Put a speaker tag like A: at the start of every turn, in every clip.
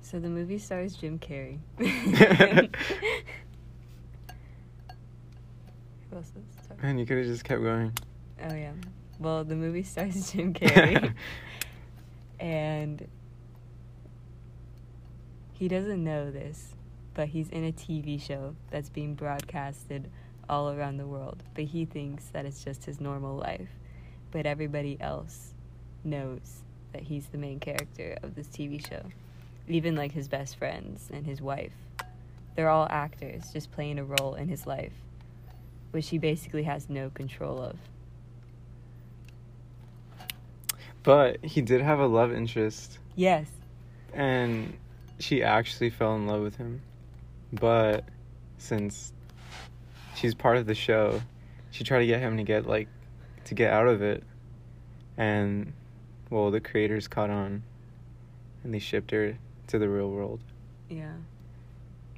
A: So the movie stars Jim Carrey. Who else does star?
B: Man, you could have just kept going.
A: Oh yeah. Well, the movie stars Jim Carrey, and he doesn't know this, but he's in a TV show that's being broadcasted all around the world. But he thinks that it's just his normal life, but everybody else knows that he's the main character of this TV show. Even like his best friends and his wife, they're all actors just playing a role in his life, which he basically has no control of.
B: But he did have a love interest,
A: Yes.
B: and she actually fell in love with him. But since she's part of the show, she tried to get him to get like to get out of it, and well, the creators caught on, and they shipped her to the real world.
A: Yeah.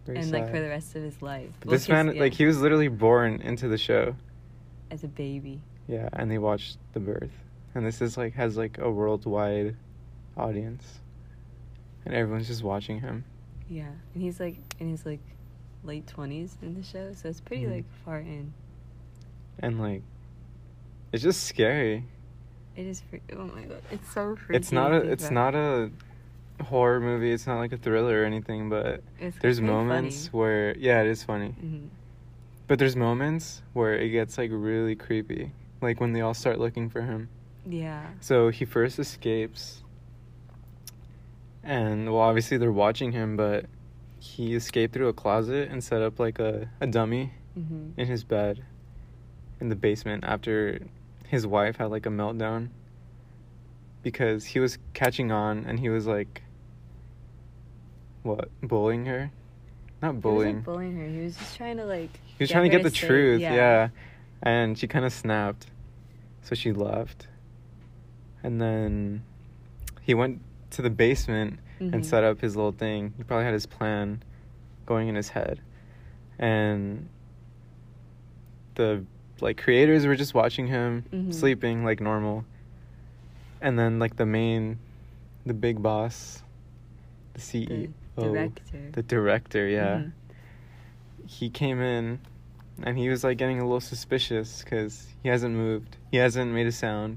B: Very
A: and like
B: sad.
A: for the rest of his life.
B: But
A: Well,
B: this man,
A: 'cause, yeah,
B: like, he was literally born into the show.
A: as a baby.
B: Yeah, and they watched the birth. And this is like has like a worldwide audience. And everyone's just watching him.
A: Yeah. And he's like in his like late twenties in the show, so it's pretty
B: Mhm.
A: like far in.
B: And like it's just scary.
A: It is free- oh my god. It's so freaky.
B: It's not a it's not a horror movie, it's not like a thriller or anything, but there's moments where yeah, it is funny.
A: hmm
B: But there's moments where it gets like really creepy. Like when they all start looking for him.
A: Yeah.
B: So he first escapes, and well, obviously they're watching him, but he escaped through a closet and set up like a, a dummy
A: hmm
B: in his bed in the basement after his wife had like a meltdown because he was catching on and he was like, what, bullying her? Not
A: He was
B: bullying.
A: like, bullying her. He was just trying to like.
B: He was trying to
A: her
B: get the
A: stay-
B: truth, yeah. And she kind of snapped. So she left. And then he went to the basement
A: Mhm.
B: and set up his little thing. He probably had his plan going in his head. And the like creators were just watching him
A: Mhm.
B: sleeping like normal. And then like the main the big boss, the CEO,
A: director.
B: the director, Mm-hmm. yeah
A: Mhm.
B: he came in and he was like getting a little suspicious because he hasn't moved he hasn't made a sound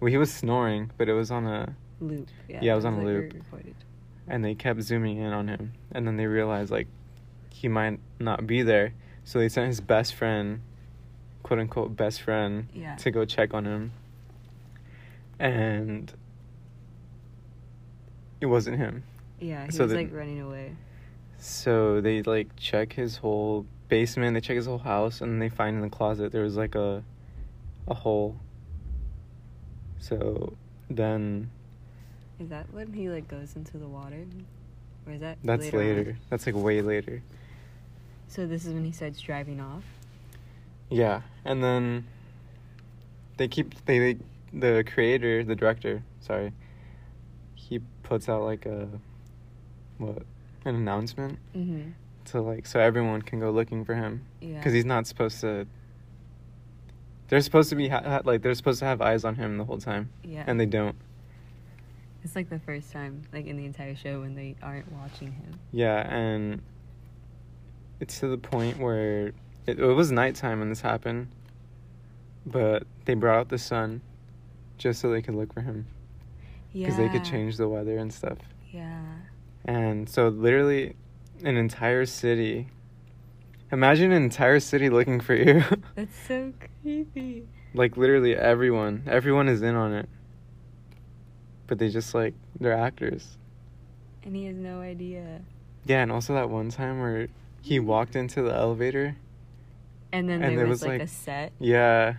B: well he was snoring but it was on a
A: Loop. Yeah.
B: Yeah, it was on a
A: like,
B: loop.
A: recorded.
B: and they kept zooming in on him and then they realized like he might not be there so they sent his best friend quote unquote best friend
A: Yeah.
B: to go check on him and it wasn't him
A: Yeah. He
B: so
A: was
B: the-
A: like running away.
B: So they like check his whole basement, they check his whole house, and they find in the closet there was like a a hole. So then
A: Is that when he like goes into the water? Or is that
B: that's
A: on?
B: later. That's like way later.
A: So this is when he starts driving off.
B: Yeah. And then they keep they, they the creator, the director, sorry, he puts out like a what an announcement
A: Mm-hmm.
B: to like so everyone can go looking for him.
A: Yeah.
B: because he's not supposed to. They're supposed to be ha- ha- like they're supposed to have eyes on him the whole time,
A: yeah.
B: and they don't.
A: it's like the first time, like in the entire show, when they aren't watching him.
B: Yeah, and it's to the point where it, it was nighttime when this happened, but they brought out the sun just so they could look for him
A: Yeah.
B: because they could change the weather and stuff.
A: Yeah.
B: And so literally, an entire city. Imagine an entire city looking for you.
A: That's so creepy.
B: like literally everyone everyone is in on it but they just like they're actors
A: And he has no idea.
B: yeah and also that one time where he walked into the elevator
A: And then
B: And
A: there
B: there
A: was,
B: was,
A: like, a
B: like-
A: set.
B: yeah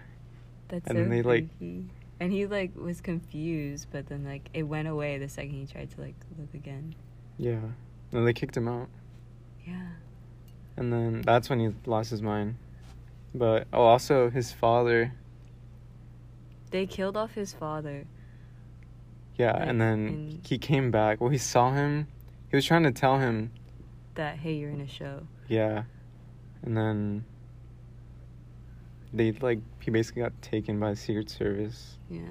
A: That's
B: and
A: so
B: then they, like-
A: creepy. And he like was confused, but then like it went away the second he tried to like look again.
B: yeah and they kicked him out
A: Yeah.
B: and then that's when he lost his mind but oh also his father
A: They killed off his father.
B: yeah
A: Like,
B: and then
A: and-
B: he came back well he saw him he was trying to tell him
A: That hey, you're in a show.
B: yeah and then they like he basically got taken by the secret service
A: Yeah.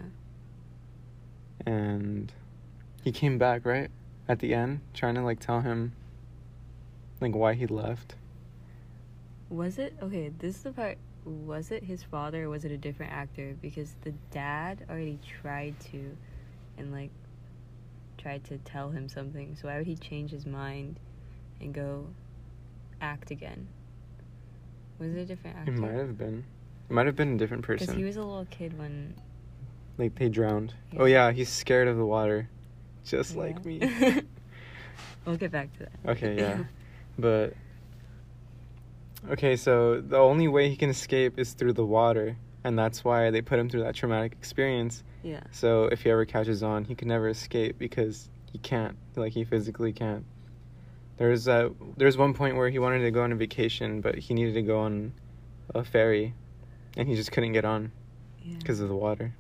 B: and he came back, right? at the end trying to like tell him like why he left.
A: Was it okay? This is the part. Was it his father or was it a different actor? Because the dad already tried to, and like, tried to tell him something. So why would he change his mind, and go, act again? Was it a different actor?
B: It might have been. It might have been a different
A: Because
B: person.
A: he was a little kid when.
B: like they drowned.
A: Yeah.
B: Oh yeah, he's scared of the water. Just like
A: Yeah.
B: me.
A: we'll get back to that.
B: Okay, yeah. But okay, so the only way he can escape is through the water, and that's why they put him through that traumatic experience.
A: yeah.
B: So if he ever catches on, he can never escape because he can't, like he physically can't. There's uh there's one point where he wanted to go on a vacation, but he needed to go on a ferry, and he just couldn't get on
A: Yeah.
B: because of the water.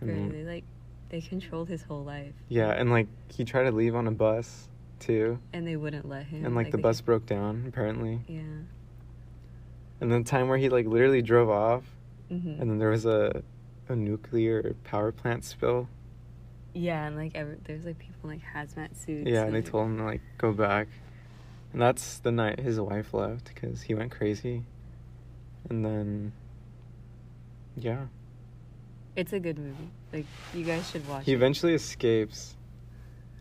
B: And
A: Bro,
B: then-
A: they like they controlled his whole life
B: yeah, and like he tried to leave on a bus too,
A: and they wouldn't let him
B: and like the
A: they
B: bus broke down apparently.
A: could- yeah
B: And the time where he like literally drove off,
A: hmm
B: and then there was a a nuclear power plant spill.
A: yeah and like every, there's like people in like hazmat suits
B: Yeah, and they
A: like-
B: told him to like go back, and that's the night his wife left because he went crazy, and then. Yeah,
A: it's a good movie like you guys should watch
B: he
A: it
B: eventually escapes,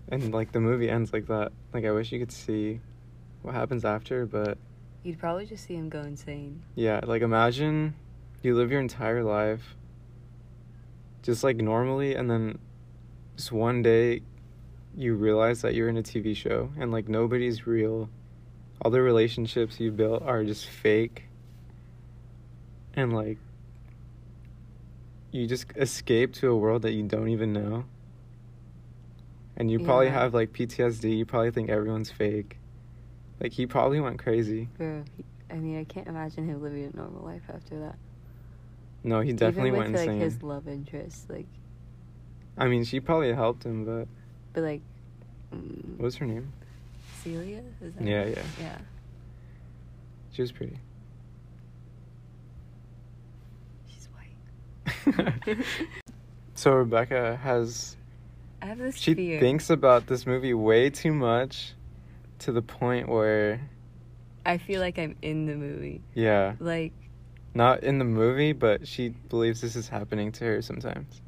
B: and like the movie ends like that. Like I wish you could see what happens after, but
A: you'd probably just see him go insane
B: Yeah, like imagine you live your entire life just like normally, and then just one day you realize that you're in a TV show and like nobody's real. All the relationships you built are just fake. And like you just escape to a world that you don't even know. And you probably
A: Yeah.
B: have like PTSD. You probably think everyone's fake. Like he probably went crazy.
A: bro he, i mean i can't imagine him living a normal life after that
B: No, he definitely
A: Even with,
B: went insane.
A: like his love interest like
B: I mean, she probably helped him, but
A: but like mm,
B: what was her name?
A: celia is that
B: Yeah, yeah.
A: yeah
B: She was pretty.
A: she's white
B: so Rebecca has
A: i have this
B: she
A: fear
B: thinks about this movie way too much, to the point where
A: i feel like i'm in the movie
B: yeah,
A: like
B: not in the movie, but she believes this is happening to her sometimes.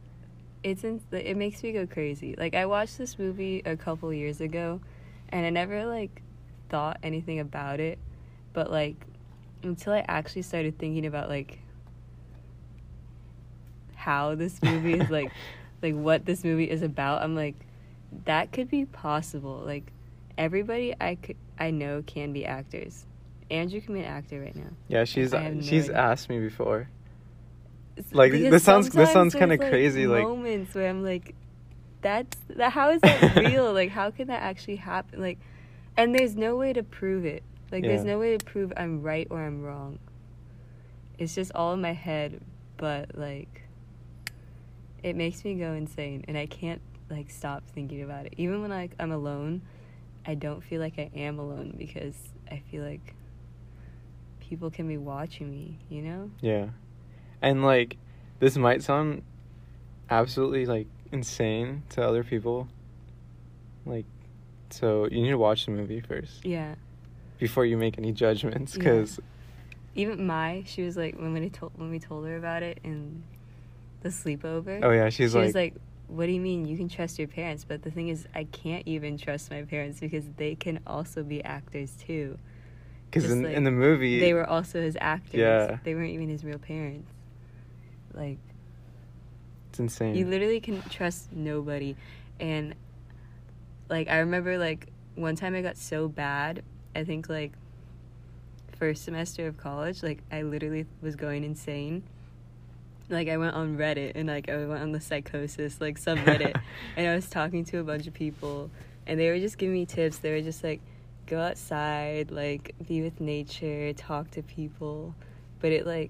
A: it's in, it makes me go crazy. Like I watched this movie a couple years ago, and I never like thought anything about it, but like until I actually started thinking about like how this movie is like like what this movie is about, I'm like that could be possible. Like everybody I could I know can be actors. Andrew can be an actor right now.
B: Yeah, she's
A: I have no
B: she's
A: idea.
B: asked me before.
A: It's-
B: Like,
A: because
B: this sounds- this
A: sometimes
B: sounds
A: there's,
B: kinda crazy, like-
A: moments where I'm like, that's that, how is that real? Like, how can that actually happen? Like, and there's no way to prove it. Like, there's
B: Yeah.
A: no way to prove I'm right or I'm wrong. It's just all in my head, but like, it makes me go insane, and I can't like stop thinking about it. Even when like I'm alone, I don't feel like I am alone because I feel like people can be watching me. You know?
B: Yeah, and like this might sound absolutely like insane to other people. Like, so you need to watch the movie first.
A: Yeah.
B: before you make any judgments
A: Yeah.
B: because
A: Even Mai, she was like when we told when we told her about it in the sleepover.
B: oh yeah she's
A: she
B: like,
A: was like, "What do you mean you can trust your parents?" But the thing is, I can't even trust my parents because they can also be actors too.
B: because
A: just
B: in,
A: like,
B: in the movie
A: They were also his actors.
B: Yeah.
A: They weren't even his real parents. Like
B: it's insane
A: you literally can trust nobody, and like I remember like one time I got so bad. I think like first semester of college, like I literally was going insane. Like I went on Reddit and like I went on the psychosis like subreddit and I was talking to a bunch of people and they were just giving me tips. They were just like go outside, like be with nature, talk to people. But it like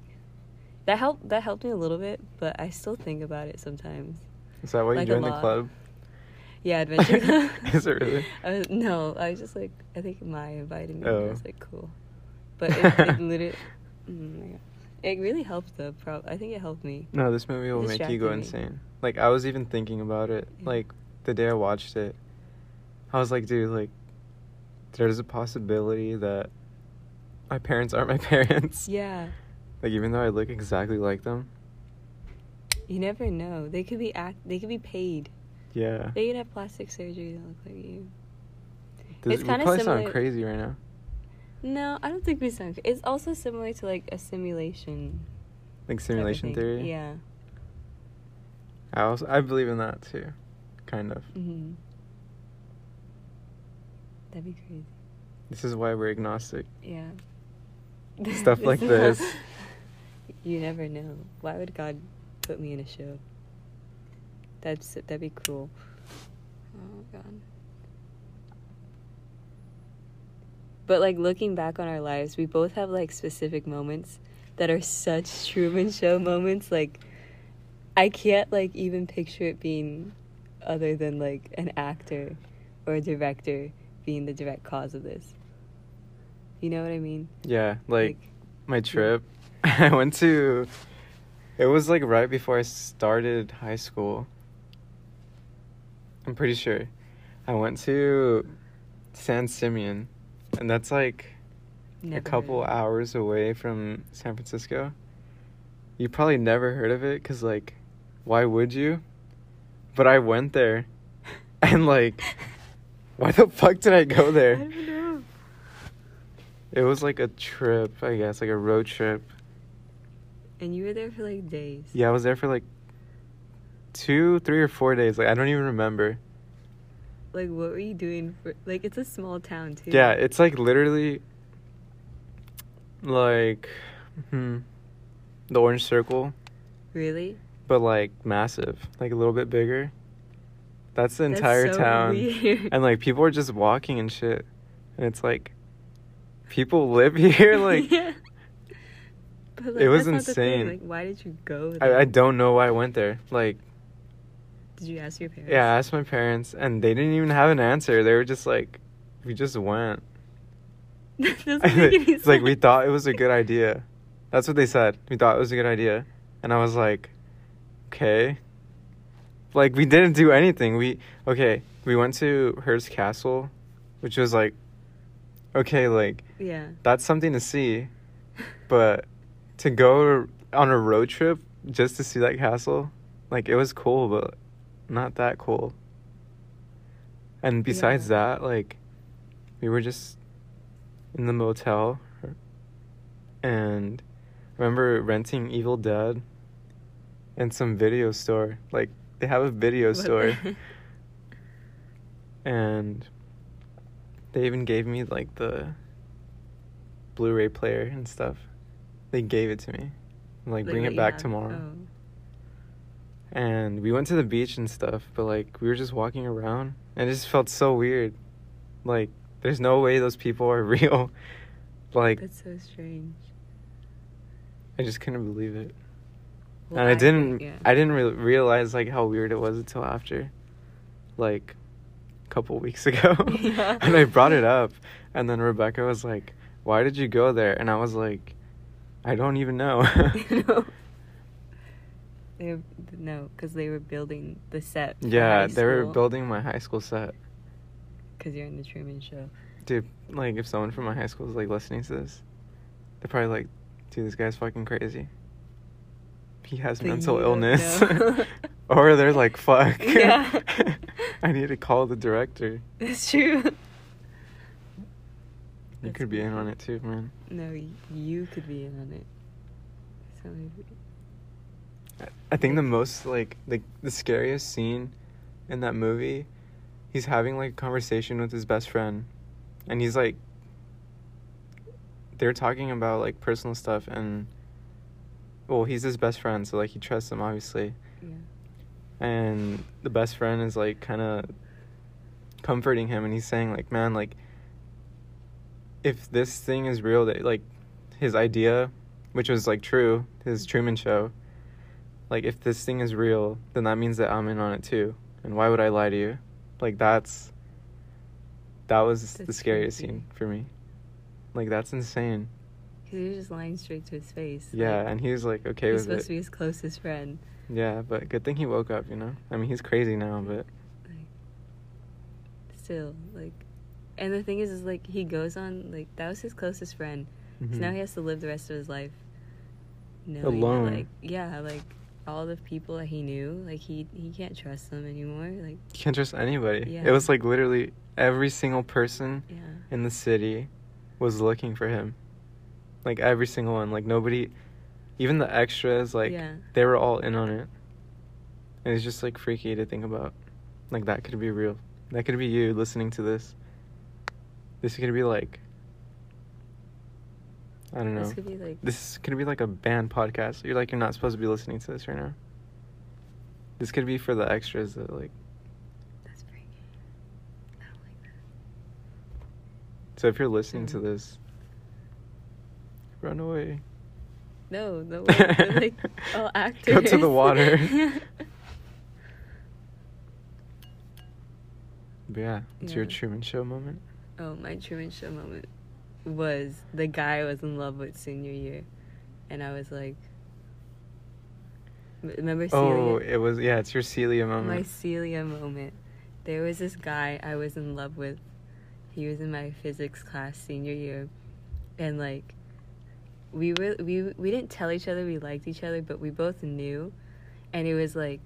A: that helped that helped me a little bit, but I still think about it sometimes.
B: is that why you
A: like a
B: joined the
A: lot.
B: club
A: Yeah, adventure club.
B: Is it really?
A: I was, no, I was just like, I think my invited me. And I
B: Oh.
A: was like, cool. But it, it literally, oh my God. it really helped though. Prob- I think it helped me.
B: no this movie will make you go
A: Distracted me.
B: insane like i was even thinking about it
A: Yeah.
B: like the day I watched it, I was like, dude, like, there's a possibility that my parents aren't my parents.
A: Yeah.
B: Like, even though I look exactly like them.
A: You never know. They could be act. They could be paid.
B: Yeah.
A: They could have plastic surgery that look like you.
B: Does,
A: it's
B: we
A: kinda
B: probably
A: similar-
B: sound crazy right now.
A: No, I don't think we sound. It's also similar to like a simulation.
B: Like
A: type of
B: simulation
A: thing.
B: theory.
A: Yeah.
B: I also I believe in that too, kind of.
A: hmm That'd be crazy.
B: This is why we're agnostic.
A: Yeah.
B: Stuff like
A: is-
B: this.
A: You never know. Why would God put me in a show? That's that'd be cruel. Oh God. But like looking back on our lives, we both have like specific moments that are such Truman Show moments. Like, I can't like even picture it being other than like an actor or a director being the direct cause of this. You know what I mean?
B: Yeah, like my trip. I went to. It was like right before I started high school. I'm pretty sure. I went to San Simeon, and that's like
A: never
B: a couple
A: heard.
B: hours away from San Francisco. You probably never heard of it because, like, why would you? But I went there, and like, why the fuck did I go
A: I
B: there?
A: don't know.
B: It was like a trip, I guess, like a road trip.
A: And you were there for like days.
B: Yeah, I was there for like two, three, or four days. Like, I don't even remember.
A: Like, what were you doing? For, like, it's a small town too.
B: Yeah, it's like literally like hmm, the orange circle,
A: Really?
B: but like massive, like a little bit bigger. That's the
A: That's
B: entire
A: so
B: town.
A: weird.
B: And like people are just walking and shit. And it's like people live here like
A: Yeah. But,
B: it was
A: that's not the thing.
B: insane.
A: Like, why did you go?
B: I,
A: There?
B: I don't know why I went there. Like
A: Did you ask your parents?
B: yeah, I asked my parents and they didn't even have an answer. They were just like we just went.
A: that doesn't make any sense.
B: it's like we thought it was a good idea. That's what they said. We thought it was a good idea, and I was like, okay. Like we didn't do anything. We okay. We went to Hearst Castle, which was like, okay, like
A: Yeah.
B: that's something to see, but to go on a road trip just to see that castle, like it was cool, but not that cool. And besides that, like we were just in the motel and I remember renting Evil Dead and some video store. Like they have a video
A: What the-
B: store and they even gave me like the Blu-ray player and stuff. They gave it to me. I'm
A: Like,
B: like, bring
A: what
B: it
A: you
B: back
A: have.
B: tomorrow.
A: Oh.
B: And we went to the beach and stuff, but like we were just walking around and it just felt so weird. Like there's no way those people are real. like
A: That's so strange.
B: I just couldn't believe it.
A: Well,
B: and I didn't
A: Yeah.
B: I didn't re- realize like how weird it was until after like a couple weeks ago.
A: Yeah.
B: and I brought it up and then Rebecca was like, "Why did you go there?" And I was like, "I don't even know."
A: no. They were, no, because they were building the set. for
B: yeah,
A: high
B: they were
A: school,
B: building my high school set.
A: 'cause you're in the Truman Show.
B: Dude, like if someone from my high school is like listening to this, they're probably like, "Dude, this guy's fucking crazy." He has
A: But you
B: mental
A: don't
B: illness.
A: know.
B: or they're like, "Fuck."
A: Yeah.
B: I need to call the director.
A: That's true.
B: You
A: That's
B: could be in
A: wicked.
B: on it too, man.
A: No, y- you could be in on it. So maybe-
B: I- I think the most like the the scariest scene in that movie, he's having like a conversation with his best friend, and he's like, they're talking about like personal stuff, and well, he's his best friend, so like he trusts him obviously,
A: yeah.
B: and the best friend is like kind of comforting him, and he's saying like, man, like if this thing is real, that like his idea, which was like true, his Truman Show like if this thing is real then that means that i'm in on it too and why would i lie to you like that's that was the
A: That's
B: scariest
A: creepy.
B: scene for me like that's insane
A: Because you're just lying straight to his face.
B: yeah
A: like,
B: and he was like okay
A: You're
B: with
A: supposed
B: it
A: to be his closest friend.
B: yeah but good thing he woke up you know i mean he's crazy now but
A: Like, still like and the thing is is like he goes on like that was his closest friend
B: Mm-hmm.
A: so now he has to live the rest of his life knowing that,
B: Alone.
A: like yeah like all the people that he knew like he he can't trust them anymore like
B: You can't trust anybody.
A: Yeah.
B: It was like literally every single person
A: yeah
B: in the city was looking for him. Like every single one. Like nobody, even the extras, like
A: Yeah.
B: they were all in on it. And it's just like freaky to think about. Like that could be real. That could be you listening to this. This could be like, I don't know.
A: this could be like
B: This could be like a band podcast. You're like you're not supposed to be listening to this right now. This could be for the extras that like.
A: that's freaky I don't like that
B: So if you're listening to
A: Mhm.
B: this, run away.
A: no no way They're, like all actors
B: Go to the water. But yeah, it's your
A: Yeah.
B: Truman Show moment.
A: Oh, my Truman Show moment was the guy I was in love with senior year, and I was like, M- remember Celia?
B: Oh, it was yeah. It's your Celia
A: my
B: moment.
A: Celia moment. There was this guy I was in love with. He was in my physics class senior year, and like, we were we we didn't tell each other we liked each other, but we both knew, and it was like.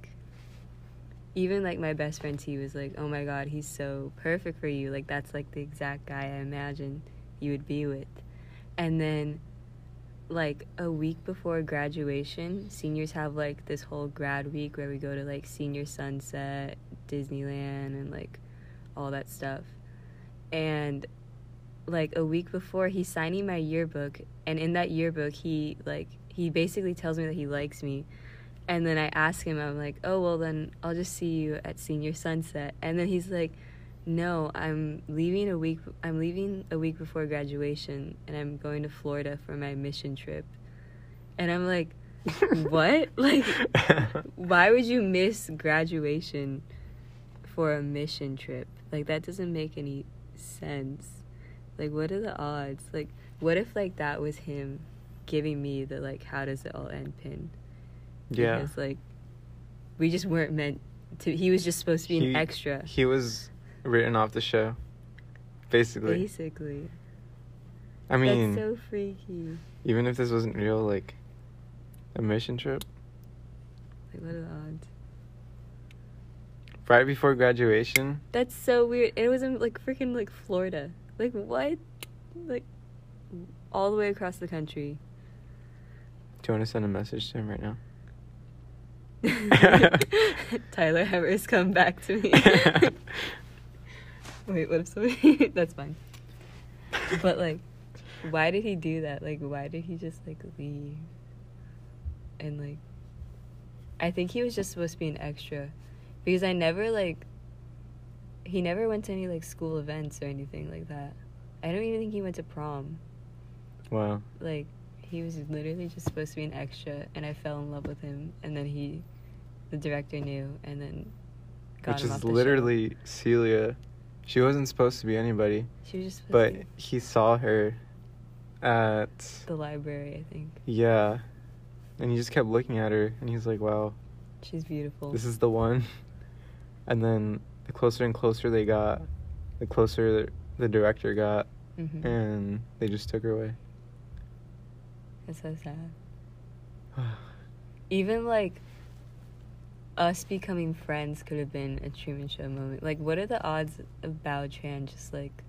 A: Even like my best friend T was like, "Oh my God, he's so perfect for you. Like that's like the exact guy I imagined you would be with." And then, like a week before graduation, seniors have like this whole grad week where we go to like senior sunset, Disneyland, and like all that stuff. And like a week before, he's signing my yearbook, and in that yearbook, he like he basically tells me that he likes me. And then I ask him, I'm like, oh, well, then I'll just see you at senior sunset. And then he's like, no, I'm leaving a week. I'm leaving a week before graduation, and I'm going to Florida for my mission trip. And I'm like, what? Like, why would you miss graduation for a mission trip? Like, that doesn't make any sense. Like, what are the odds? Like, what if like that was him giving me the like, how does it all end pin?
B: yeah,
A: Because like, we just weren't meant to. He was just supposed to be an
B: He-
A: extra,
B: he was written off the show. Basically,
A: basically.
B: I mean,
A: That's so freaky.
B: even if this wasn't real, like a mission trip
A: Like, what are the odds?
B: right before graduation.
A: That's so weird. It was in, like, freaking, like, Florida. Like, what? Like, all the way across the country.
B: Do you want to send a message to him right now?
A: Tyler Evers, come back to me. Wait, what if somebody. That's fine. But, like, why did he do that? Like, why did he just, like, leave? And, like, I think he was just supposed to be an extra. Because I never, like, he never went to any, like, school events or anything like that. I don't even think he went to prom.
B: Wow.
A: Like, he was literally just supposed to be an extra, and I fell in love with him. And then he, the director knew, and then got
B: Which
A: him off
B: is
A: the show.
B: literally Celia. She wasn't supposed to be anybody,
A: She was just supposed
B: but
A: to be
B: he saw her at
A: the library, I think.
B: yeah, and he just kept looking at her, and he's like, "Wow,
A: She's beautiful.
B: this is the one." And then the closer and closer they got, the closer the director got,
A: hmm
B: and they just took her away.
A: That's so sad. Even like us becoming friends could have been a Truman Show moment. Like, what are the odds of Bao Tran just like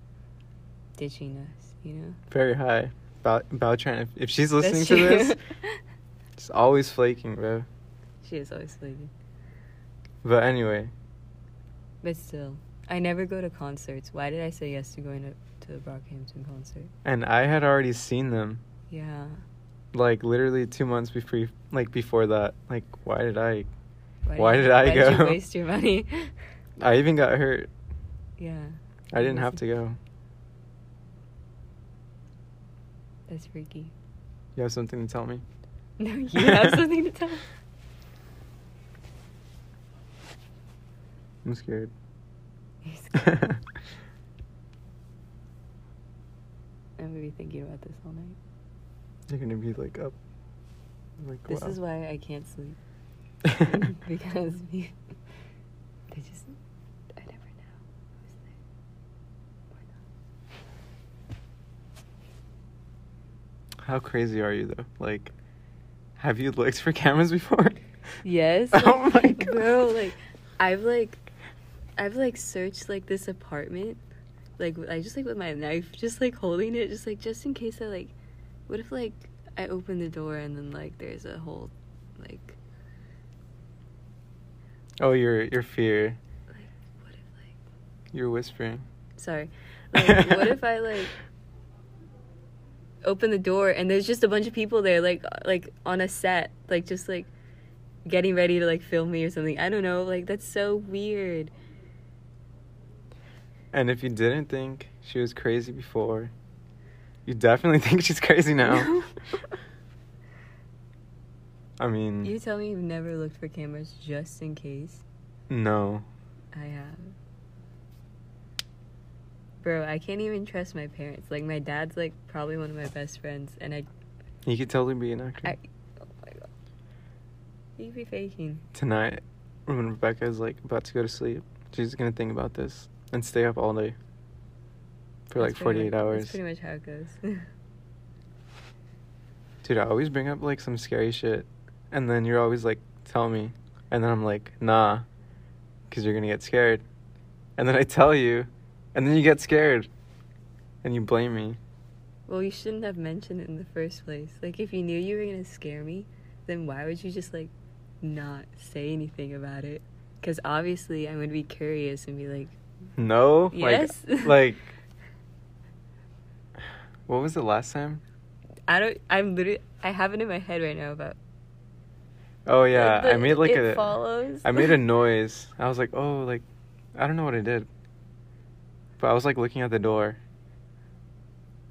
A: ditching us? You know,
B: Very high. Bao, Bao Tran, if, if she's
A: That's
B: listening to
A: true.
B: this, it's always flaking, bro.
A: she is always flaky.
B: But anyway,
A: But still, I never go to concerts. Why did I say yes to going to, to the Brockhampton concert?
B: and I had already seen them.
A: Yeah,
B: like literally two months before like before that like why did i Why
A: you-
B: did I
A: Why did you
B: go?
A: waste your money?
B: i even got hurt
A: yeah,
B: i didn't have to go
A: that's freaky.
B: you have something to tell me
A: No, you have something to tell.
B: i'm scared
A: You're scared.
B: i
A: I'm gonna be thinking about this all night.
B: you're gonna be like up like
A: This
B: wow.
A: is why I can't sleep because you, they just I never know who's there.
B: How crazy are you though? Like, have you looked for cameras before?
A: Yes.
B: Oh
A: like,
B: my God.
A: Bro, like I've like I've like searched like this apartment. Like I just like with my knife, just like holding it, just like just in case I like what if like I open the door and then like there's a whole like
B: Oh, your your fear.
A: like what if like
B: You're whispering.
A: sorry. Like what if I like open the door and there's just a bunch of people there like like on a set, like just like getting ready to like film me or something. I don't know, like that's so weird.
B: And if you didn't think she was crazy before, you definitely think she's crazy now. I mean,
A: you tell me you've never looked for cameras just in case.
B: no.
A: I have. Bro, I can't even trust my parents. Like my dad's like probably one of my best friends and I
B: You could totally be an actor.
A: I oh my god. You'd be faking.
B: Tonight, when Rebecca is like about to go to sleep, she's gonna think about this and stay up all day for like
A: That's pretty
B: 48
A: much-
B: hours.
A: That's pretty much how it goes.
B: Dude, I always bring up like some scary shit, and then you're always like, "Tell me," and then I'm like, "Nah," because you're gonna get scared, and then I tell you, and then you get scared, and you blame me.
A: well, you shouldn't have mentioned it in the first place. Like if you knew you were going to scare me, then why would you just like not say anything about it? Cuz obviously I'm going to be curious and be like
B: No,
A: Yes.
B: Oh, like, like, what was it last time?
A: I don't. I'm literally. I have it in my head right now about.
B: Oh yeah,
A: But
B: I made like
A: it
B: a, I
A: follows.
B: made a noise. I was like, oh, like, I don't know what I did, but I was like looking at the door,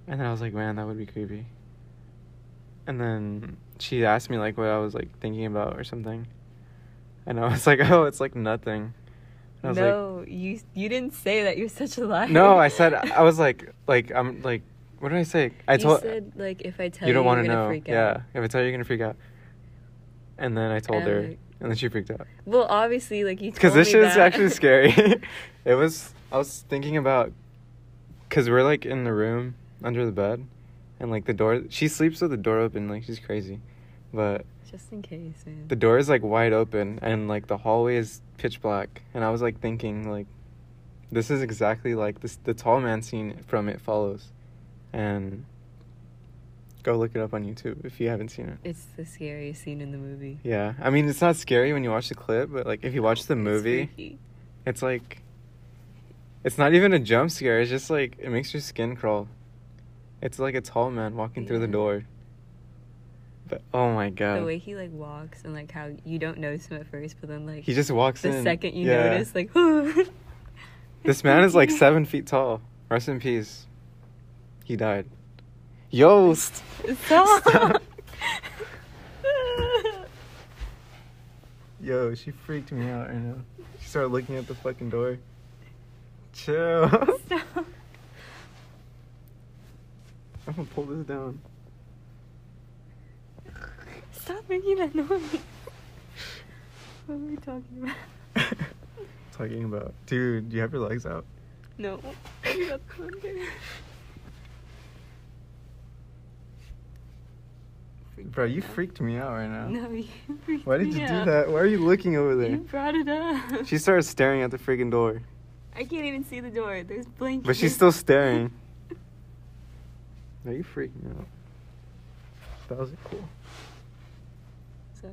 B: and then I was like, man, that would be creepy. And then she asked me like what I was like thinking about or something, and I was like, oh, it's like nothing. And I was like,
A: no, you you didn't say that. You're such a liar.
B: no, I said I was like, like I'm like, what did I say? I
A: you
B: told.
A: said like if I tell
B: you
A: you,
B: don't
A: want to
B: know.
A: Freak out.
B: yeah, if I tell you, you're gonna freak out. And then I told
A: I'm
B: her,
A: like-
B: and then she freaked out
A: Well, obviously, like you.
B: because
A: told
B: this
A: me
B: shit is
A: that.
B: actually scary. it was. I was thinking about because we're like in the room under the bed, and like the door. She sleeps with the door open, like she's crazy, but
A: Just in case, man.
B: the door is like wide open, and like the hallway is pitch black. And I was like thinking like. This is exactly like this the tall man scene from It Follows, and go look it up on YouTube if you haven't seen it.
A: It's the scariest scene in the movie.
B: Yeah, I mean it's not scary when you watch the clip, but like if you watch the
A: It's
B: movie, it's,
A: freaky.
B: like it's not even a jump scare. It's just like it makes your skin crawl. It's like a tall man walking through the
A: Yeah.
B: door. But oh my
A: The
B: god,
A: way he like walks and like how you don't notice him at first, but then like
B: he just walks
A: the
B: in.
A: second you
B: Yeah.
A: notice, like. it's
B: this man is like
A: freaky.
B: seven feet tall. Rest in peace. He died. Yost.
A: Stop.
B: Yo, she freaked me out right now. She started looking at the fucking door. Chill.
A: Stop.
B: I'm gonna pull this down.
A: Stop making that noise. What were we talking about?
B: Talking about, dude, do you have your legs out?
A: No. You got thunder.
B: Bro, you freaked me out right now.
A: No, you freaked
B: Why did
A: me
B: you
A: out.
B: do that? Why are you looking over
A: You
B: there?
A: brought it up.
B: She started staring at the freaking door,
A: I can't even see the door. There's blankets.
B: but she's still staring. Are you freaking out? That was cool.
A: Sorry.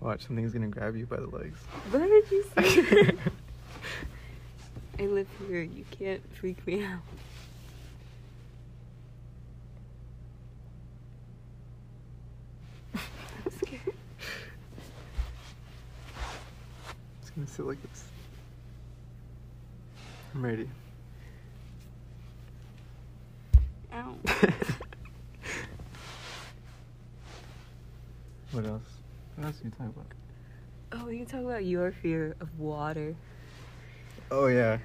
B: Watch, something's gonna grab you by the legs.
A: Why did you say that? I live here. You can't freak me out. I'm scared.
B: It's gonna sit like this. I'm ready.
A: Ow.
B: what else? What else are you talking about?
A: Oh, you can talk about your fear of water.
B: Oh yeah.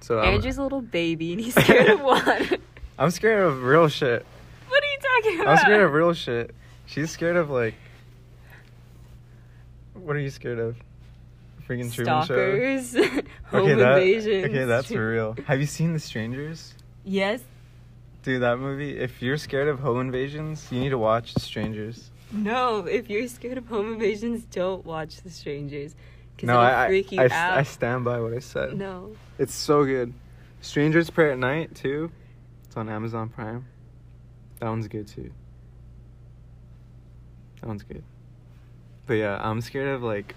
B: So um, I'm,
A: Andrew's a little baby and he's scared of water.
B: I'm scared of real shit.
A: What are you talking about?
B: I'm scared of real shit. She's scared of like. What are you scared of? Freaking Truman Show.
A: Stalkers, home
B: that,
A: invasions.
B: okay, that's for real. Have you seen The Strangers?
A: Yes,
B: Dude, that movie. If you're scared of home invasions, you need to watch Strangers.
A: No, if you're scared of home invasions, don't watch The Strangers. 'cause
B: No,
A: it'll
B: I I,
A: freak you
B: I,
A: out.
B: I stand by what I said.
A: no.
B: It's so good. Strangers Prayer at Night too. It's on Amazon Prime. That one's good too. That one's good. But yeah, I'm scared of like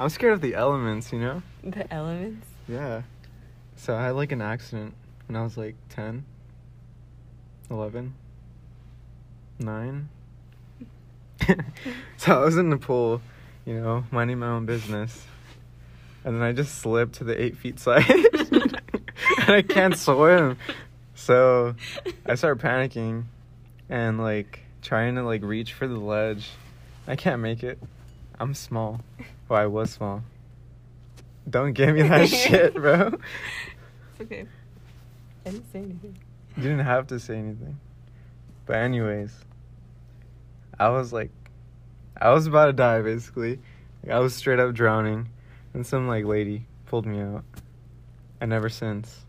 B: I'm scared of the elements, you know?
A: The elements?
B: Yeah. So I had like an accident when I was like 10, 11, 9. so I was in the pool, you know, minding my own business. And then I just slipped to the eight feet side. and I can't swim. So I started panicking and like trying to like reach for the ledge. I can't make it. I'm small. Well, I was small. Don't give me that shit, bro.
A: It's okay. I didn't say anything.
B: You didn't have to say anything. But anyways, I was like, I was about to die basically. Like, I was straight up drowning, and some like lady pulled me out. And ever since,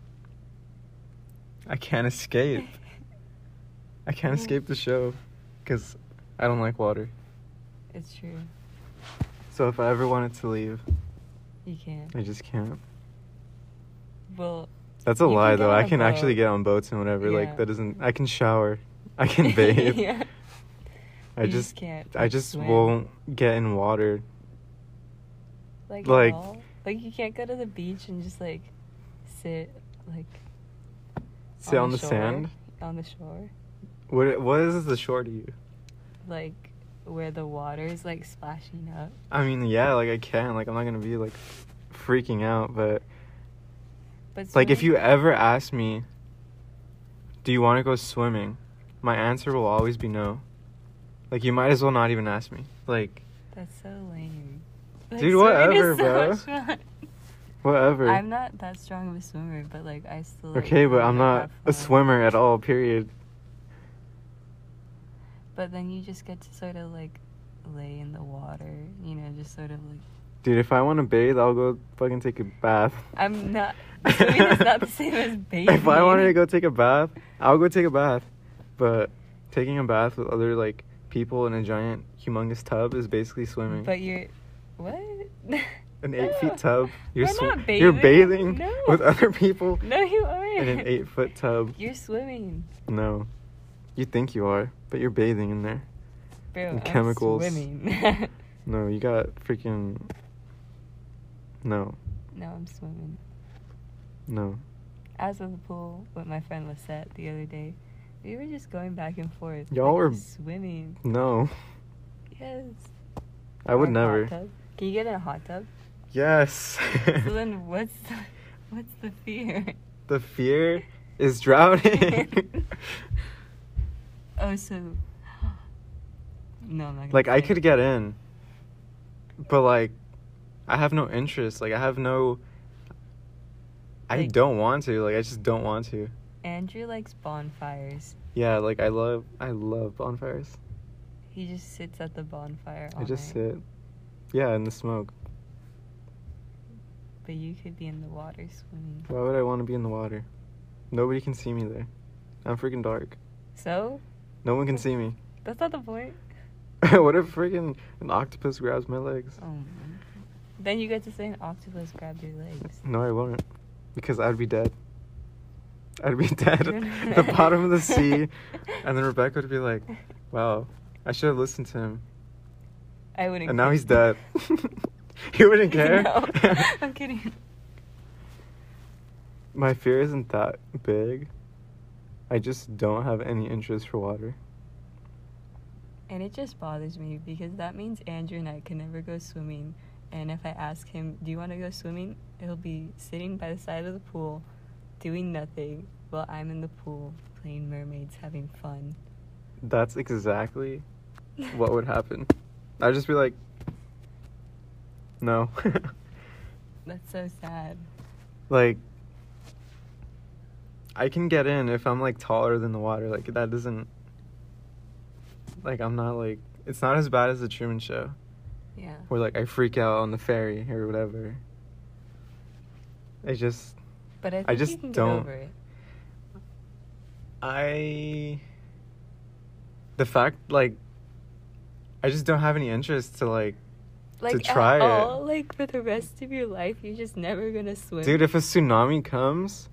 B: I can't escape. I can't
A: Yeah.
B: escape the show, cause I don't like water.
A: It's true.
B: So if I ever wanted to leave,
A: You can't.
B: I just can't.
A: Well,
B: That's a
A: You can
B: lie
A: get
B: though.
A: on
B: I
A: a
B: can actually
A: boat.
B: get on boats and whatever.
A: Yeah.
B: Like that doesn't. I can shower. I can bathe.
A: yeah.
B: I
A: You
B: just
A: can't.
B: I
A: like,
B: just
A: swim.
B: won't get in water.
A: Like, at
B: like-
A: all? like you can't go to the beach and just like sit like
B: Sit on, the
A: shore-
B: sand.
A: on the shore,
B: What what is the shore to you?
A: like where the water is like splashing up.
B: I mean, yeah, like I can. Like I'm not gonna be like freaking out, but
A: But
B: like if
A: swimming-
B: you ever ask me, do you want to go swimming? My answer will always be no. Like you might as well not even ask me. Like
A: that's so lame.
B: Dude,
A: swimming is
B: whatever,
A: so
B: bro.
A: much fun.
B: whatever.
A: I'm not that strong of a swimmer, but like I still. like,
B: okay, but I'm
A: have
B: not a
A: fun.
B: swimmer at all. Period.
A: But then you just get to sort of like lay in the water, you know, just sort of like
B: Dude, if I want to bathe, I'll go fucking take a bath.
A: I'm not. Swimming is not the same as bathing.
B: If I wanted to go take a bath, I'll go take a bath. But taking a bath with other like people in a giant, humongous tub is basically swimming.
A: But you're what?
B: an eight feet tub. You're
A: We're
B: swi-
A: not
B: You're
A: bathing.
B: bathing
A: No.
B: with other people
A: No, you aren't.
B: in an eight foot tub.
A: You're swimming,
B: No, you think you are, but you're bathing in there.
A: bro.
B: And
A: I'm
B: chemicals.
A: swimming.
B: No, you got freaking. No,
A: no, I'm swimming.
B: no.
A: I was at the pool with my friend Lisette the other day. We were just going back and forth.
B: Y'all
A: like,
B: were-
A: just swimming.
B: No,
A: Yes.
B: I would
A: Or a
B: never.
A: Hot tub. Can you get in a hot tub?
B: Yes.
A: so then what's the, what's the fear?
B: the fear is drowning.
A: Oh, so. No, I'm not. Gonna
B: like I
A: say
B: could
A: it.
B: get in, but like I have no interest. Like I have no. I
A: Like-
B: don't want to. Like I just don't want to.
A: Andrew likes bonfires.
B: Yeah, like I love I love bonfires.
A: He just sits at the bonfire. All
B: I just
A: night.
B: sit. Yeah, in the smoke.
A: But you could be in the water swimming.
B: Why would I want to be in the water? Nobody can see me there. I'm freaking dark.
A: So
B: No one can see me.
A: that's not the point.
B: what if freaking an octopus grabs my legs?
A: Oh. man. Then you get to say an octopus grabbed your legs.
B: No, I won't. Because I'd be dead. I'd be dead
A: You're
B: at
A: not-
B: the bottom of the sea. And then Rebecca would be like, wow, I should have listened to him.
A: I wouldn't.
B: And now
A: care.
B: he's dead. you wouldn't care?
A: no, I'm kidding.
B: My fear isn't that big. I just don't have any interest for water.
A: And it just bothers me because that means Andrew and I can never go swimming. And if I ask him, "Do you want to go swimming?" He'll be sitting by the side of the pool, doing nothing, while I'm in the pool playing mermaids, having fun.
B: That's exactly what would happen. I'd just be like, no.
A: That's so sad.
B: like, I can get in if I'm like taller than the water. Like, that doesn't. Like, I'm not like. It's not as bad as the Truman Show,
A: Yeah.
B: where like I freak out on the ferry or whatever. I just.
A: But I, think
B: just
A: you can
B: don't-
A: Get over it.
B: I the fact like I just don't have any interest to like
A: Like
B: To try
A: at
B: it.
A: all, like for the rest of your life, you're just never gonna swim.
B: dude if a tsunami comes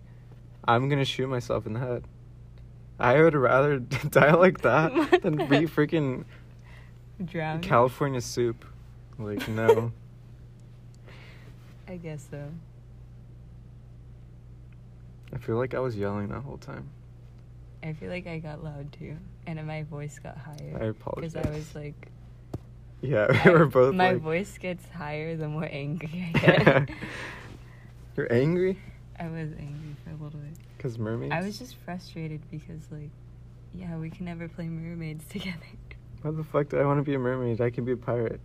B: I'm gonna shoot myself in the head. I would rather die like that than be freaking
A: drown.
B: California soup. Like no.
A: I guess so.
B: I feel like I was yelling that whole time.
A: I feel like I got loud too, and then my voice got higher.
B: I
A: Because I
B: apologize.
A: was like,
B: Yeah, we
A: I-
B: were both
A: My
B: like,
A: voice gets higher the more angry I get.
B: You're angry
A: I was angry for a little bit.
B: because mermaids.
A: I was just frustrated because, like, yeah, we can never play mermaids together.
B: Why the fuck do I want to be a mermaid? I can be a pirate.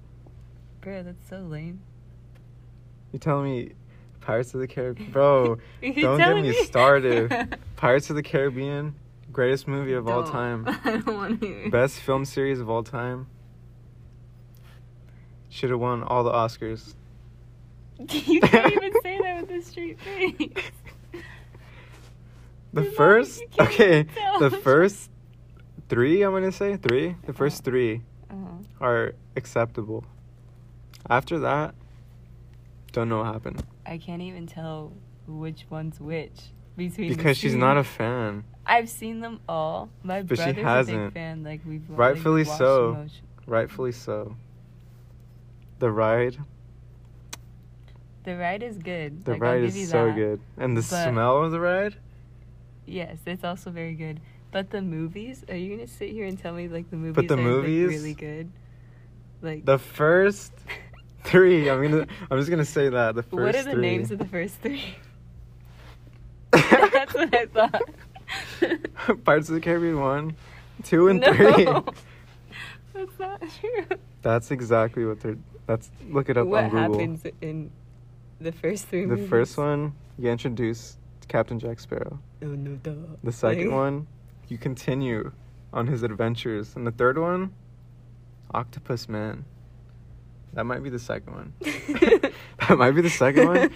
A: Bro, that's so lame.
B: You telling me Pirates of the Caribbean, bro?
A: You're
B: don't get
A: telling
B: me
A: me?
B: started. Pirates of the Caribbean, greatest movie of all
A: Don't.
B: time,
A: I don't want to.
B: best film series of all time. Should have won all the Oscars.
A: you can't even say that with a straight face.
B: The
A: You're not-
B: first,
A: you can't
B: okay,
A: even tell.
B: the first three. I'm gonna say three. The first three
A: Uh-huh.
B: are acceptable. After that, don't know what happened
A: I can't even tell which one's which between. the
B: because she's
A: two.
B: not a fan.
A: I've seen them all. My
B: But she
A: brother's a big
B: hasn't.
A: fan. Like we've like,
B: Rightfully
A: watched
B: so.
A: most-
B: Rightfully so. The ride,
A: The ride is good.
B: the
A: Like, I'll
B: ride
A: give you
B: is so
A: that.
B: good, and the
A: But-
B: smell of the ride.
A: Yes, it's also very good. But the movies? Are you gonna sit here and tell me like the movies?
B: the
A: are,
B: movies?
A: like, really good. Like
B: The first three. I'm gonna. I'm just gonna say that the first.
A: what are the
B: three.
A: names of the first three? That's what I thought.
B: Pirates of the Caribbean one, two, and
A: no.
B: three.
A: That's not true.
B: That's exactly what they're. That's look it up
A: what
B: on Google.
A: happens in the first three?
B: The
A: movies?
B: first one, you introduce Captain Jack Sparrow.
A: Oh, no, duh.
B: The second
A: Like-
B: one, you continue on his adventures. And the third one, Octopus Man. That might be the second one. that might be the second one.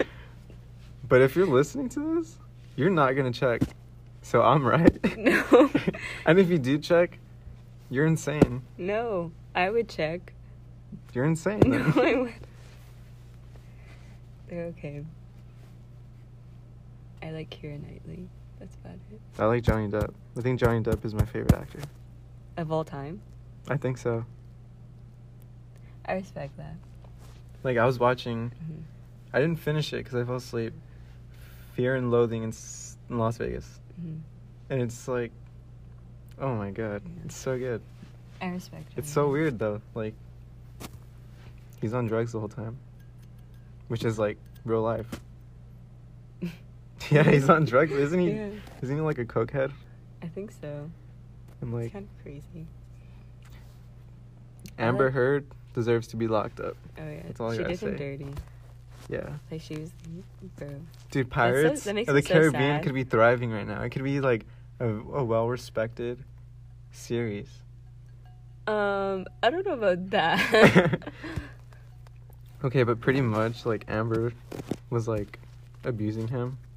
B: But if you're listening to this, you're not going to check. So I'm right.
A: No.
B: and if you do check, you're insane.
A: No, I would check.
B: You're insane.
A: No,
B: then.
A: I would. They're okay. I like Kira Knightley. That's about it.
B: I like Johnny Depp. I think Johnny Depp is my favorite actor.
A: Of all time,
B: I think so.
A: I respect that.
B: Like I was watching
A: Mhm.
B: I didn't finish it because I fell asleep. Fear and Loathing in, S- in Las Vegas,
A: Mhm.
B: and it's like, oh my god, it's so good.
A: I respect.
B: It's
A: Johnny
B: so
A: Depp.
B: weird though. Like, he's on drugs the whole time, which is like real life. yeah, he's on drugs, isn't he?
A: Yeah.
B: Isn't he like a coke head?
A: I think so.
B: And like
A: it's kind of crazy. I
B: Amber
A: like-
B: Heard deserves to be locked up.
A: Oh yeah,
B: That's all I
A: she
B: gotta
A: did him
B: say.
A: dirty.
B: Yeah,
A: Like she was, bro.
B: dude,
A: so-
B: pirates
A: that makes
B: of
A: me
B: the
A: so
B: Caribbean
A: sad.
B: could be thriving right now. It could be like a, a well-respected series.
A: Um, I don't know about that.
B: Okay, but pretty much like Amber was like abusing him.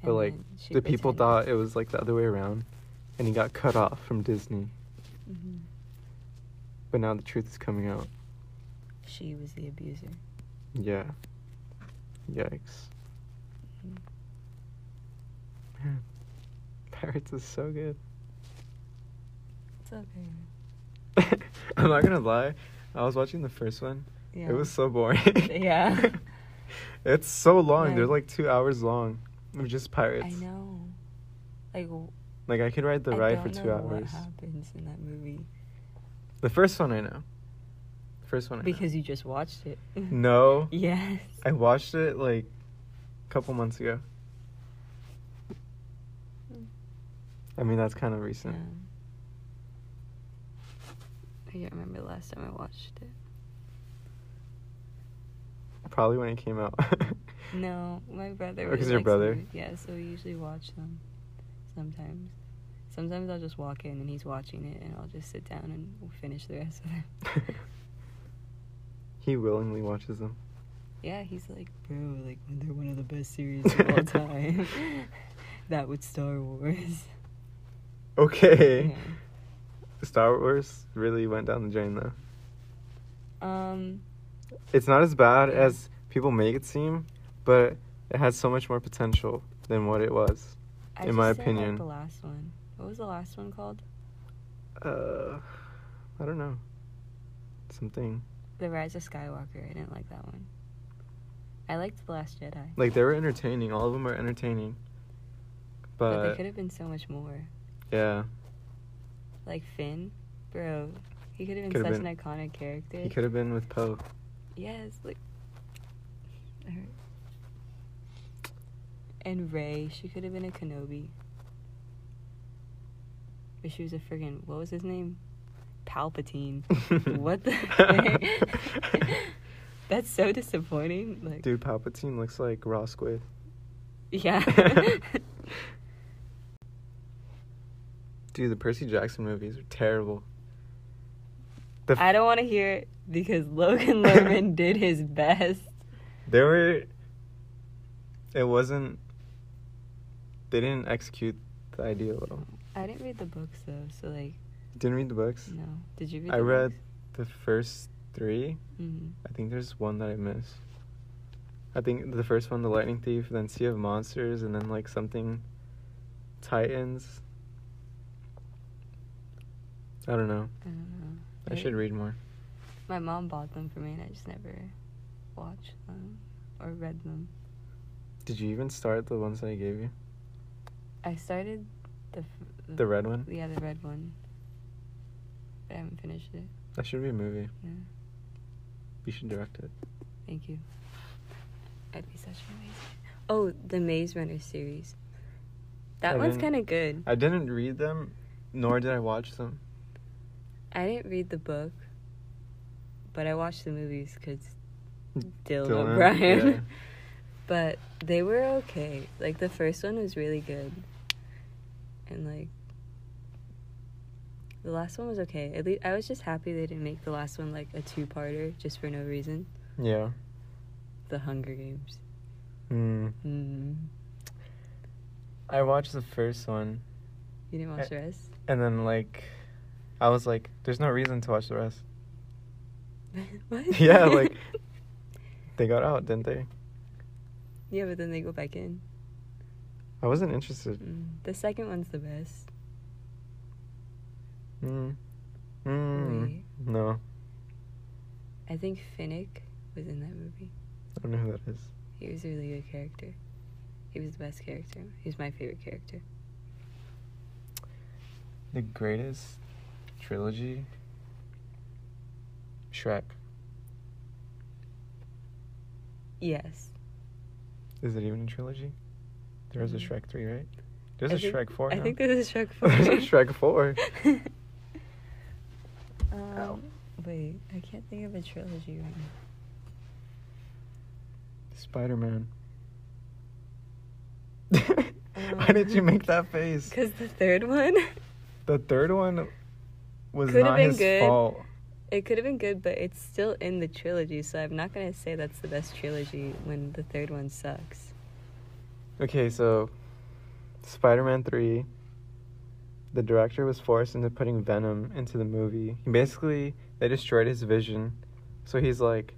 B: But
A: And
B: like
A: then she
B: the people
A: pretended.
B: thought it was like the other way around and he got cut off from Disney.
A: Mhm.
B: But now the truth is coming out.
A: she was the abuser.
B: Yeah. Yikes.
A: Mhm.
B: Man. Pirates is so good.
A: It's okay.
B: I'm not gonna lie. I was watching the first one.
A: Yeah.
B: It was so boring.
A: Yeah.
B: it's so long.
A: Yeah.
B: They're like two hours long of just pirates.
A: I know. Like w-
B: Like I could ride the
A: I
B: ride
A: don't
B: for
A: know
B: two
A: What
B: hours.
A: happens in that movie?
B: The first one I know. First one I
A: Because you just watched it.
B: know. No.
A: yes.
B: I watched it like a couple months ago. I mean that's kind of recent.
A: Um, I can't remember the last time I watched it.
B: Probably when it came out.
A: No, my brother.
B: Oh,
A: really
B: 'cause your
A: likes
B: brother?
A: movies. Yeah, so we usually watch them. Sometimes, sometimes I'll just walk in and he's watching it, and I'll just sit down and we'll finish the rest of it.
B: he willingly watches them.
A: Yeah, he's like, bro, like they're one of the best series of all time. that with Star Wars.
B: Okay. Star Wars really went down the drain though.
A: Yeah. Um,
B: It's not as bad
A: Yeah.
B: as people make it seem, but it has so much more potential than what it was.
A: I
B: In
A: just
B: my
A: said, like,
B: opinion.
A: the last one. What was the last one called?
B: Uh, I don't know. Something
A: The Rise of Skywalker. I didn't like that one. I liked the Last Jedi,
B: like they were entertaining. All of them are entertaining,
A: but, there
B: but
A: could have been so much more.
B: yeah,
A: Like Finn, bro, he could have been
B: Could have
A: such an iconic character.
B: he could have been with Poe.
A: Yes, like. It hurt. And Ray, she could have been a Kenobi. But she was a friggin' what was his name? Palpatine. What the heck? That's so disappointing. Like
B: Dude, Palpatine looks like raw squid.
A: Yeah.
B: Dude, the Percy Jackson movies are terrible. The f-
A: I don't wanna hear it because Logan Lerman did his best.
B: There were. It wasn't. They didn't execute the idea well.
A: I didn't read the books though, so like
B: Didn't read the books.
A: no. Did you read
B: I
A: the
B: read the first three.
A: hmm
B: I think there's one that I missed. I think the first one, The Lightning Thief, then Sea of Monsters, and then like something. Titans. I don't know.
A: I don't know.
B: I
A: Right.
B: should read more.
A: My mom bought them for me, and I just never watched them or read them.
B: Did you even start the ones that I gave you?
A: I started the f-
B: The red one?
A: yeah the red one, but I haven't finished it.
B: That should be a movie.
A: Yeah,
B: You should direct it.
A: thank you. I'd be such an amazing. Oh, the Maze Runner series. That
B: I
A: one's
B: didn't-
A: kind of good.
B: I didn't read them, nor did I watch them.
A: I didn't read the book, but I watched the movies because Dylan,
B: Dylan,
A: O'Brien.
B: yeah.
A: but they were okay. Like the first one was really good, and like the last one was okay. At least I was just happy they didn't make the last one like a two-parter just for no reason.
B: Yeah.
A: The Hunger Games.
B: Mm.
A: Mm.
B: I watched the first one,
A: You didn't
B: Eh.
A: watch the rest.
B: and then like, I was like, "There's no reason to watch the rest."
A: what?
B: Yeah, like- They got out, didn't they?
A: yeah, but then they go back in.
B: I wasn't interested.
A: Mm. The second one's the best.
B: Mm. Mm.
A: Really?
B: No,
A: I think Finnick was in that movie.
B: I don't know who that is.
A: He was a really good character. He was the best character. He was my favorite character.
B: The greatest trilogy. Shrek.
A: Yes.
B: Is it even a trilogy? There is a
A: Mm.
B: Shrek three, right? There's a
A: I think-
B: Shrek four.
A: I
B: now.
A: think there's a Shrek 4.
B: There's a Shrek four.
A: um,
B: Ow.
A: Wait, I can't think of a trilogy right now.
B: Spider Man. Why did you make that face?
A: Because the third one,
B: The third one was
A: Could've
B: not
A: been
B: his
A: good.
B: fault.
A: it could have been good, but it's still in the trilogy, so I'm not going to say that's the best trilogy when the third one sucks.
B: Okay, so Spider Man 3, the director was forced into putting Venom into the movie. He basically, they destroyed his vision. So he's like,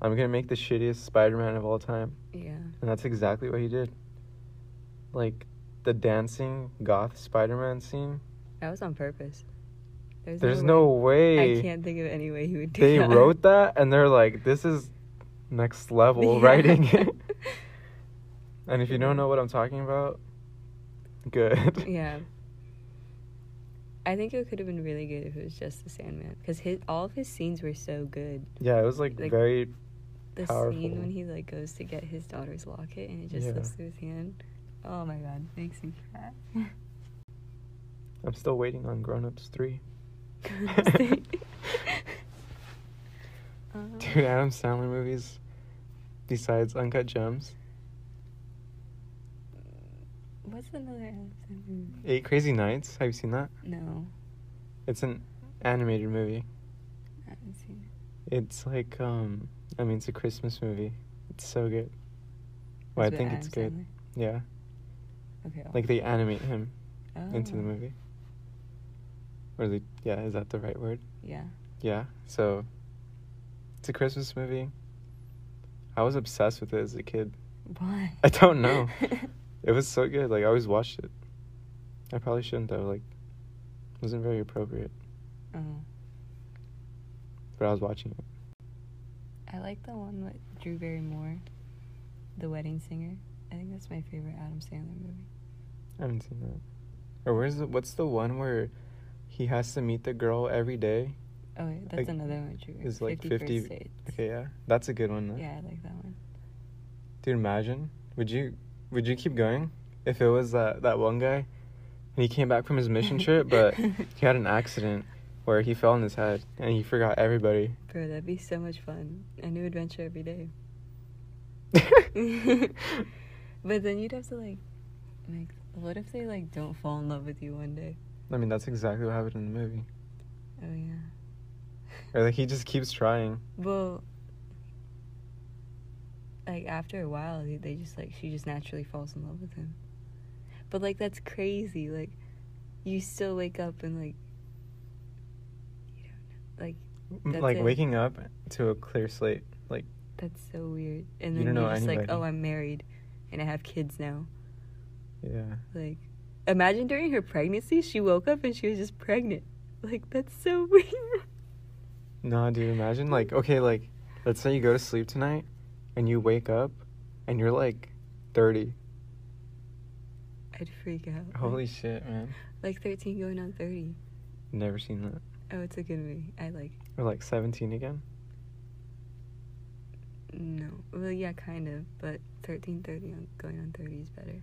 B: I'm gonna make the shittiest Spider Man of all time.
A: Yeah.
B: And that's exactly what he did. Like, the dancing goth Spider Man scene.
A: That was on purpose.
B: There's no
A: way-
B: way.
A: I can't think of any way he would do
B: they
A: that.
B: wrote that and they're like, this is next level
A: Yeah.
B: writing. and if you don't know what I'm talking about, good.
A: yeah. I think it could have been really good if it was just the Sandman, because his all of his scenes were so good.
B: Yeah, it was like,
A: Like-
B: very.
A: the
B: Powerful.
A: scene when he like goes to get his daughter's locket and it just
B: Yeah.
A: slips through his hand. Oh my god, makes me cry.
B: I'm still waiting on Grown Ups 3.
A: Um,
B: Dude, Adam Sandler movies, besides Uncut Gems,
A: What's another Adam Sandler movie?
B: Eight Crazy Nights. Have you seen that?
A: No,
B: It's an animated movie.
A: I haven't seen it.
B: It's like, um, I mean, it's a Christmas movie. It's so good. Well,
A: It's
B: I
A: with
B: think it's
A: Adam
B: good. Yeah.
A: Sandler? Okay.
B: Like, they animate him into the
A: oh,
B: movie. or the yeah, is that the right word?
A: Yeah.
B: Yeah. So it's a Christmas movie. I was obsessed with it as a kid.
A: Why?
B: I don't know. It was so good. Like I always watched it. I probably shouldn't though. Like, it wasn't very appropriate.
A: oh,
B: But I was watching it.
A: I like the one with Drew Barrymore, The Wedding Singer. I think that's my favorite Adam Sandler movie.
B: I haven't seen that. Or where's the what's the one where he has to meet the girl every day?
A: Oh, wait, that's
B: Like,
A: another one with Drew. Barrymore.
B: it's like
A: 51st
B: 50
A: Dates.
B: Okay, yeah, that's a good one. Though.
A: Yeah, I like that one.
B: Dude, imagine would you would you keep going if it was that that one guy, and he came back from his mission trip, but he had an accident where he fell on his head and he forgot everybody.
A: Bro, that'd be so much fun. A new adventure every day. But then you'd have to like, like, what if they like don't fall in love with you one day?
B: I mean, that's exactly what happened in the movie.
A: Oh yeah.
B: Or like he just keeps trying.
A: Well, like after a while, they- they just like she just naturally falls in love with him. But like that's crazy. Like, you still wake up and like, you don't know. Like
B: M-
A: That's
B: like
A: it.
B: waking up to a clear slate.
A: that's so weird. And
B: You
A: then
B: don't know
A: you're just like,
B: anybody.
A: oh, I'm married, and I have kids now.
B: Yeah.
A: Like, imagine during her pregnancy, she woke up and she was just pregnant. Like that's so weird.
B: No, dude, imagine like okay, like let's say you go to sleep tonight and you wake up and you're like 30.
A: I'd freak out. Like,
B: Holy shit, man.
A: Like 13 going on 30.
B: Never seen that.
A: Oh, it's a good movie. I like.
B: Or like 17 again.
A: No. Well, yeah, kind of. But 13, 30 on, going on 30 is better.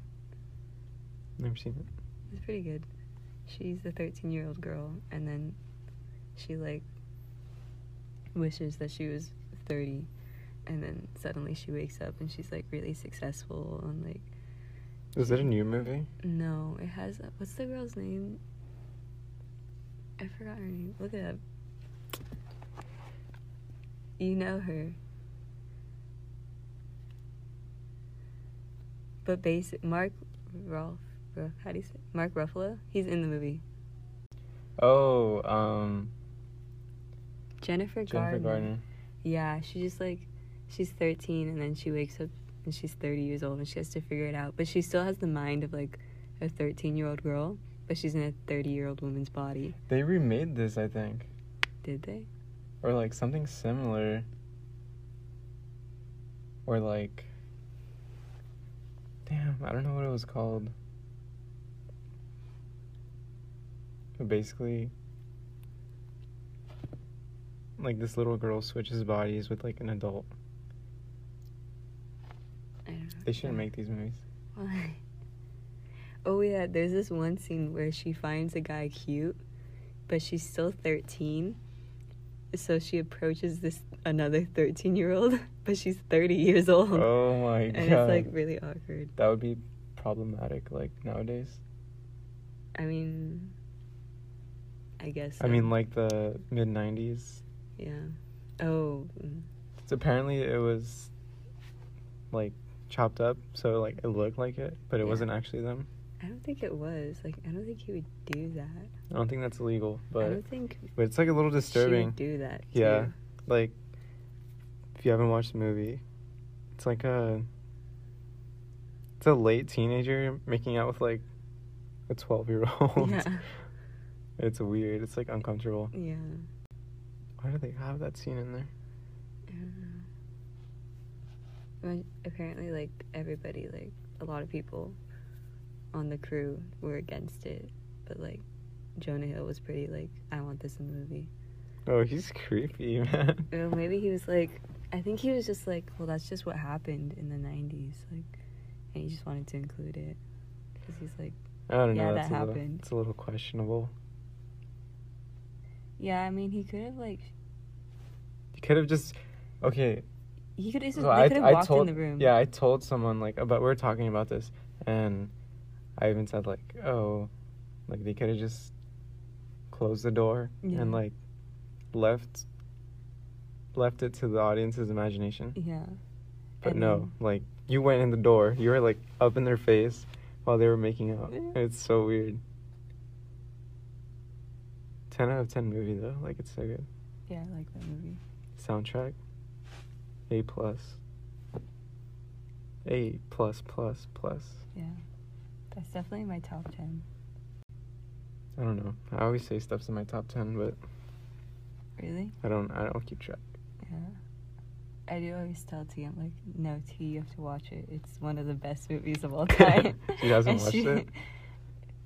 B: Never seen it.
A: It's pretty good. She's the 13 year old girl, and then she, like, wishes that she was 30. And then suddenly she wakes up and she's, like, really successful. And, like,
B: Is it a new movie?
A: no, it has. What's the girl's name? I forgot her name. Look it up. You know her. But basic Mark Rolf, Ruff, how do you say Mark Ruffalo? He's in the movie.
B: Oh, um
A: Jennifer,
B: Jennifer
A: Gardner.
B: Garner.
A: Yeah, she just like she's 13 and then she wakes up and she's 30 years old and she has to figure it out. But she still has the mind of like a 13-year-old girl, but she's in a 30-year-old woman's body.
B: They remade this, I think,
A: Did they?
B: or like something similar. Or like Damn, I don't know what it was called. But basically like this little girl switches bodies with like an adult.
A: I don't know.
B: They shouldn't make these movies.
A: Why? Oh yeah, there's this one scene where she finds a guy cute, but she's still 13. So she approaches this another 13-year-old, but she's 30 years old.
B: Oh my
A: and it's
B: god.
A: like really awkward.
B: that would be problematic like nowadays.
A: I mean, I guess.
B: I
A: so.
B: mean like the mid 90s.
A: yeah. Oh, mm,
B: So apparently it was like chopped up so like it looked like it, but it
A: Yeah.
B: wasn't actually them.
A: I don't think it was. Like, I don't think he would do that.
B: I don't think that's illegal,
A: I
B: but
A: don't think
B: but it's like a little
A: she
B: disturbing.
A: would do that.
B: Yeah.
A: too.
B: Like if you haven't watched the movie, it's like a it's a late teenager making out with like a 12-year-old.
A: Yeah.
B: It's weird. It's like uncomfortable.
A: Yeah.
B: Why do they have that scene in there?
A: I don't know. When- Apparently, like everybody, like a lot of people on the crew were against it, but like Jonah Hill was pretty like, I want this in the movie.
B: Oh, he's creepy, man.
A: Or maybe he was like, I think he was just like, well, that's just what happened in the '90s, like, and he just wanted to include it because he's like,
B: I don't
A: Yeah,
B: know.
A: that
B: that's a little-
A: happened.
B: it's a little questionable.
A: yeah, I mean, he could have like,
B: You could have just okay.
A: he could have,
B: So
A: they
B: I-
A: could have
B: I
A: walked
B: told-
A: in the room.
B: Yeah, I told someone like about we were talking about this, and I even said like, oh, like they could have just closed the door
A: Yeah.
B: and like left left it to the audience's imagination.
A: yeah,
B: But
A: And
B: no, like you went in the door. You were like up in their face while they were making out.
A: Yeah.
B: It's so weird. 10 out of 10 movie though. Like it's so good.
A: Yeah, I like that movie.
B: Soundtrack. A plus. A plus plus plus.
A: Yeah. That's definitely my top 10.
B: I don't know. I always say stuff's in my top 10, but
A: Really?
B: I don't I don't keep track.
A: Yeah. I do always tell T, I'm like, no, T, you have to watch it. It's one of the best movies of all time.
B: She hasn't
A: And
B: watched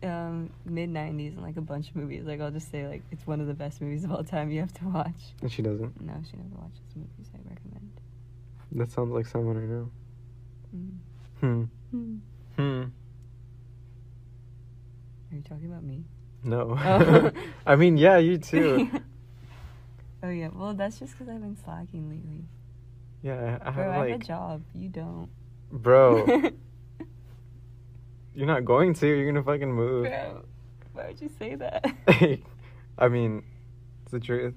B: it?
A: Um, mid 90s and like a bunch of movies. Like, I'll just say, like, it's one of the best movies of all time. You have to watch.
B: And she doesn't.
A: No, she never watches movies I recommend.
B: That sounds like someone I know.
A: Mm.
B: Hmm.
A: Hmm.
B: Hmm.
A: Are you talking about me?
B: No.
A: Oh.
B: I mean, yeah, you too.
A: oh, yeah. Well, that's just because I've been slacking lately.
B: Yeah, I,
A: Bro,
B: I have
A: I have
B: like
A: a job. You don't.
B: Bro, you're not going to. You're going to fucking move.
A: Bro, why would you say that?
B: I mean, it's the truth.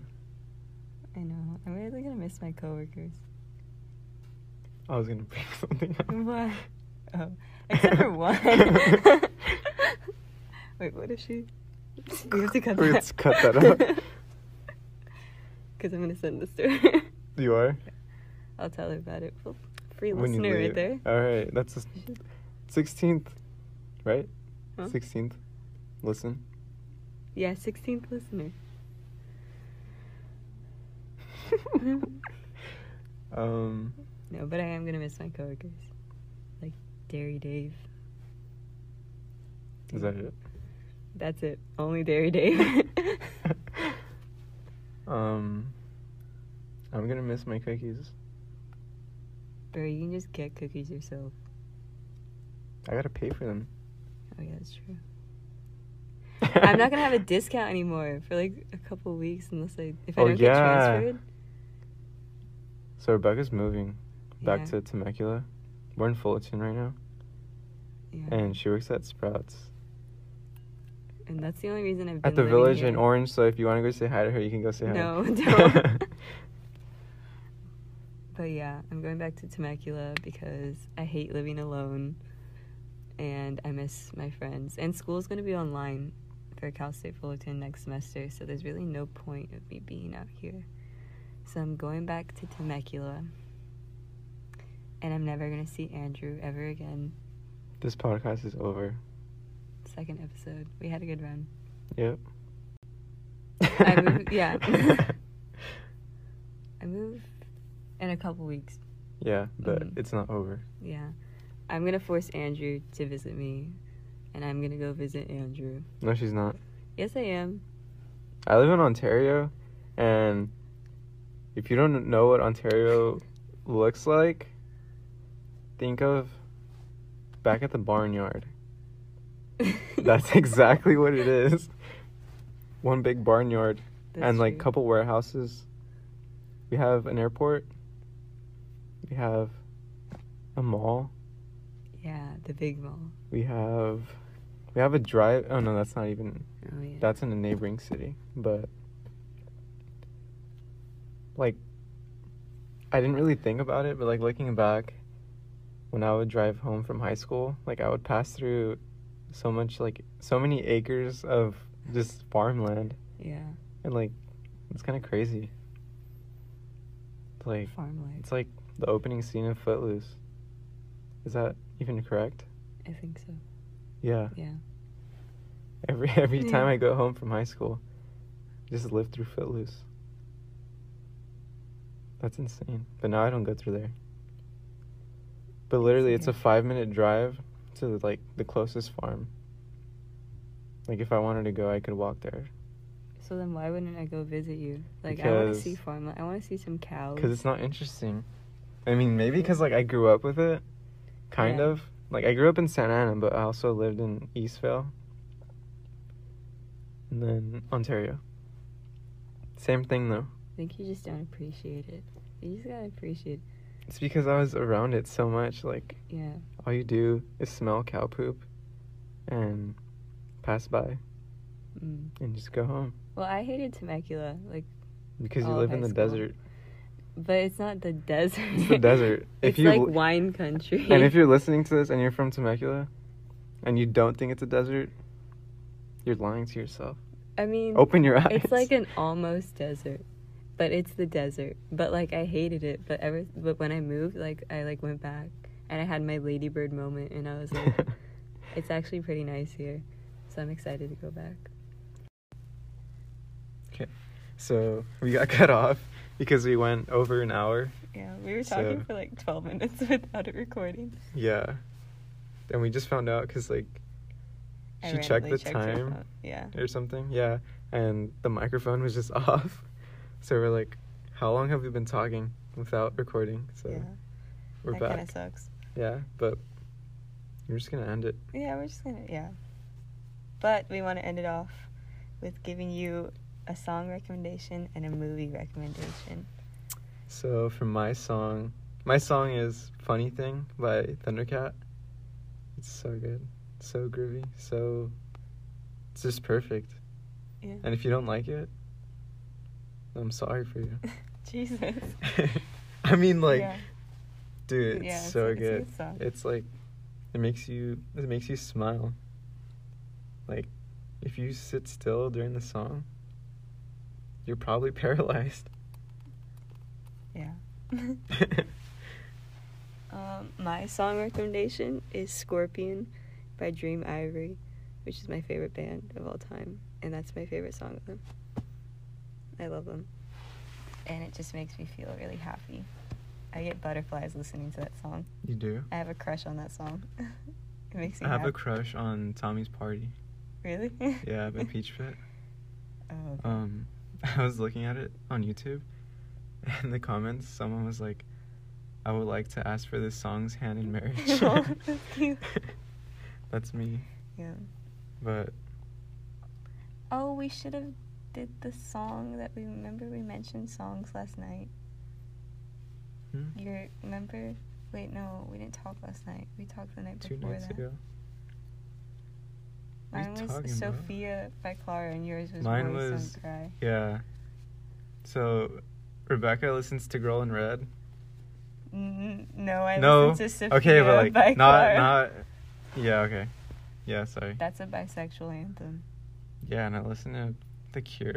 A: I know. I'm really gonna miss my coworkers.
B: I was gonna bring something up.
A: What? Oh, except for one. Wait, what is she? We have to cut that.
B: Let's cut that out.
A: Because I'm gonna send this to her.
B: You are?
A: I'll tell her about it. Well, free
B: When you
A: listener right
B: leave. Uh,
A: there.
B: All right, that's the
A: You should-
B: 16th, right?
A: Huh?
B: 16th. Listen.
A: Yeah, 16th listener.
B: um,
A: No, but I am gonna miss my coworkers, like Dairy Dave.
B: is that it?
A: That's it. Only Dairy Dave.
B: um, I'm gonna miss my cookies.
A: Bro, you can just get cookies yourself.
B: I gotta pay for them.
A: Oh yeah, that's true. I'm not gonna have a discount anymore for like a couple of weeks unless I if I
B: Oh,
A: don't get
B: yeah.
A: transferred.
B: So Rebecca's moving back
A: Yeah,
B: to Temecula. We're in Fullerton right now,
A: yeah. And,
B: and she works at Sprouts
A: that's the only reason I've been
B: at the
A: living
B: Village
A: here.
B: in Orange. So if you want to go say hi to her, you can go say
A: No,
B: hi.
A: don't. But yeah, I'm going back to Temecula because I hate living alone, and I miss my friends. And school's gonna be online for Cal State Fullerton next semester, so there's really no point of me being out here. So I'm going back to Temecula, and I'm never gonna see Andrew ever again.
B: this podcast is over.
A: Second episode, we had a good run.
B: Yep.
A: I move- yeah. I move in a couple weeks.
B: yeah, but
A: Mhm.
B: it's not over.
A: Yeah. I'm going to force Andrew to visit me, and I'm going to go visit Andrew.
B: No, she's not.
A: Yes, I am.
B: I live in Ontario, and if you don't know what Ontario looks like, think of back at the barnyard. That's exactly what it is. One big barnyard
A: That's
B: and like
A: true.
B: couple warehouses. We have an airport. We have a mall.
A: Yeah, the big mall.
B: We have we have a drive. Oh no, that's not even
A: Oh, yeah.
B: That's in a neighboring city, but like I didn't really think about it, but like looking back when I would drive home from high school, like I would pass through so much like so many acres of just farmland
A: yeah,
B: and like it's kind of crazy. It's like
A: farm life.
B: it's like the opening scene of Footloose. Is that even correct?
A: I think so.
B: Yeah.
A: Yeah.
B: Every every
A: Yeah.
B: time I go home from high school, just live through Footloose. That's insane. But now I don't go through there. But literally, it's a
A: okay.
B: five minute drive to like the closest farm. Like if I wanted to go, I could walk there
A: So then why wouldn't I go visit you? Like, I want to
B: Because-
A: see farm life. I want to see some cows.
B: because it's not interesting. I mean, maybe because like I grew up with it, kind
A: Yeah.
B: of. Like I grew up in Santa Ana, but I also lived in Eastvale, and then Ontario. Same thing though.
A: I think you just don't appreciate it. You just got to appreciate
B: It's because I was around it so much. Like,
A: Yeah.
B: all you do is smell cow poop and pass by
A: Mm.
B: and just go home
A: Well, I hated Temecula. Like,
B: because you
A: All of
B: live in
A: high
B: the
A: school.
B: desert.
A: But it's not the desert.
B: It's the desert.
A: it's
B: If you
A: like
B: li-
A: wine country.
B: and if you're listening to this and you're from Temecula and you don't think it's a desert, you're lying to yourself.
C: I mean,
B: Open your eyes.
C: it's like an almost desert, but it's the desert. But like I hated it. But ever, but when I moved, like I like went back and I had my ladybird moment, and I was like, it's actually pretty nice here. So I'm excited to go back.
B: so we got cut off because we went over an hour.
A: Yeah, we were
B: So-
A: talking for like 12 minutes without it recording.
B: Yeah. And we just found out because like
A: I
B: She checked
A: randomly
B: the
A: her
B: time?
A: phone. Yeah.
B: or something. Yeah. And the microphone was just off. So we're like, how long have we been talking without recording? So
A: yeah.
B: we're
A: that
B: back.
A: kind of sucks.
B: Yeah, but we're just gonna end it.
A: Yeah, we're just gonna, yeah. But we want to end it off with giving you a song recommendation and a movie recommendation.
B: So for my song, my song is "Funny Thing" by Thundercat. It's so good, so groovy, so it's just perfect.
A: Yeah.
B: And if you don't like it, I'm sorry for you.
A: Jesus.
B: I mean, like,
A: Yeah.
B: dude, it's
A: Yeah, it's
B: so
A: a- it's a
B: good.
A: good song.
B: It's like it makes you it makes you smile. Like if you sit still during the song, you're probably paralyzed.
A: Yeah. Um, my song recommendation is Scorpion by Dream Ivory, which is my favorite band of all time, and that's my favorite song of them. I love them. And it just makes me feel really happy. I get butterflies listening to that song.
B: you do.
A: I have a crush on that song. it makes me
B: I have
A: happy.
B: a crush on Tommy's party.
A: really?
B: Yeah, by Peach Pit.
A: Oh,
B: Um, I was looking at it on YouTube, and the comments, someone was like, "I would like to ask for this song's hand in marriage."
A: Aw, that's cute.
B: That's me,
A: yeah.
B: but
A: Oh, we should have did the song that we remember we mentioned songs last night.
B: hmm,
A: You remember? Wait, no, we didn't talk last night. We talked the night
B: two
A: before
B: nights
A: that.
B: ago. What are you
A: Mine was
B: talking about?
A: Sophia by Clara, and yours was
B: Mine
A: Boys
B: was-
A: Don't Cry.
B: Yeah. So, Rebecca listens to Girl in Red.
A: N- no, I
B: no.
A: listened to Sophia
B: okay, but like
A: by
B: not
A: Clara.
B: not. Yeah. Okay. Yeah. Sorry.
A: That's a bisexual anthem.
B: Yeah, and I listen to The Cure.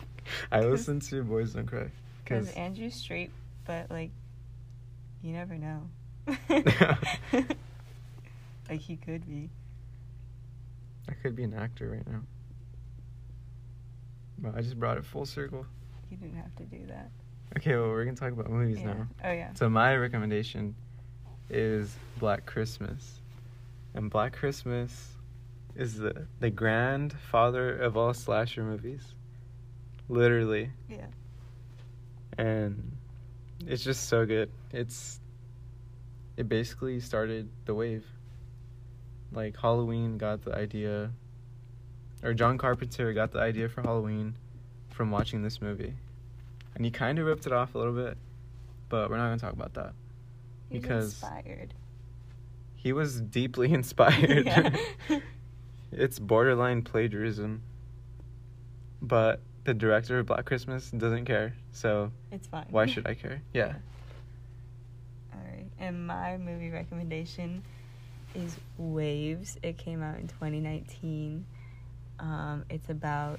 B: I listen to Boys Don't Cry.
A: Because
B: Cause
A: Andrew's straight, but like, you never know. like he could be.
B: I could be an actor right now. But I just brought it full circle.
A: You didn't have to do that.
B: Okay, well we're gonna talk about movies
A: Yeah.
B: now.
A: Oh yeah.
B: So my recommendation is Black Christmas. And Black Christmas is the the grandfather of all slasher movies. Literally.
A: Yeah.
B: And it's just so good. It's it basically started the wave. Like Halloween got the idea or John Carpenter got the idea for Halloween from watching this movie. And he kind of ripped it off a little bit, but we're not going to talk about that.
A: He was
B: because-
A: inspired.
B: He was deeply inspired.
A: Yeah.
B: it's borderline plagiarism. But the director of Black Christmas doesn't care. So
A: it's fine.
B: why should I care? Yeah.
A: All right. And my movie recommendation is Waves. It came out in 2019. Um, it's about.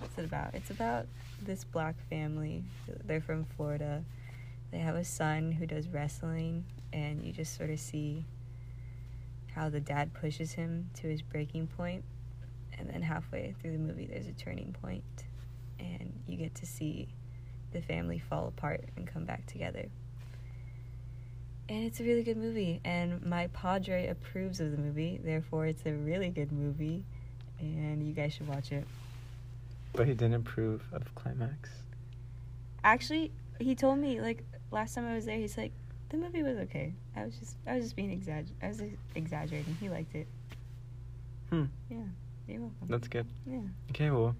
A: What's it about? It's about this black family. They're from Florida. They have a son who does wrestling, and you just sort of see how the dad pushes him to his breaking point, And then halfway through the movie, there's a turning point, and you get to see the family fall apart and come back together. And it's a really good movie, and my padre approves of the movie, therefore, it's a really good movie, and you guys should watch it.
B: But he didn't approve of Climax.
A: Actually, he told me like last time I was there, he's like, the movie was okay. I was just, I was just being exagger, I was exaggerating. He liked it.
B: Hmm.
A: Yeah, you're welcome.
B: That's good.
A: Yeah,
B: Okay, well,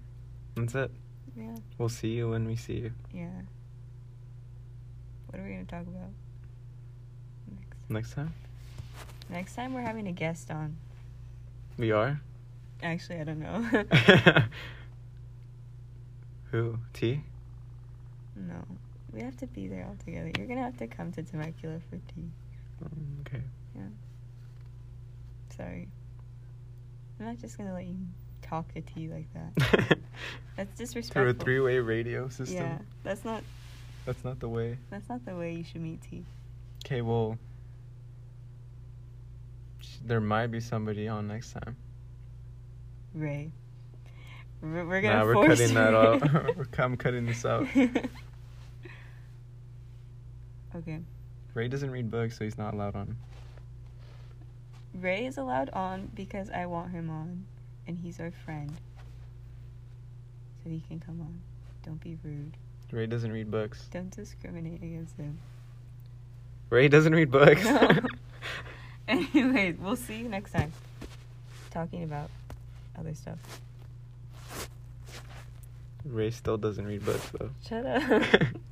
B: that's it.
A: yeah,
B: We'll see you when we see you.
A: yeah. What are we gonna talk about next?
B: Next time?
A: Next time we're having a guest on.
B: We are?
A: Actually, I don't know.
B: Who? T?
A: no, we have to be there all together. You're gonna have to come to Temecula for tea. Mm,
B: Um, okay.
A: Sorry, I'm not just gonna let you talk to T like that. That's disrespectful.
B: Through a three-way radio system.
A: Yeah, that's not
B: That's not the way.
A: that's not the way you should meet T.
B: Okay, well, sh- there might be somebody on next time.
A: Ray. We're, we're gonna
B: Nah, we're
A: force
B: cutting that
A: Ray.
B: out. We're- I'm cutting this out.
A: okay.
B: Ray doesn't read books, so he's not allowed on.
A: Ray is allowed on because I want him on, and he's our friend, so he can come on. Don't be rude.
B: Ray doesn't read books.
A: Don't discriminate against him.
B: Ray doesn't read books.
A: No. Anyways, we'll see you next time. Talking about other stuff.
B: Ray still doesn't read books, though.
A: Shut up.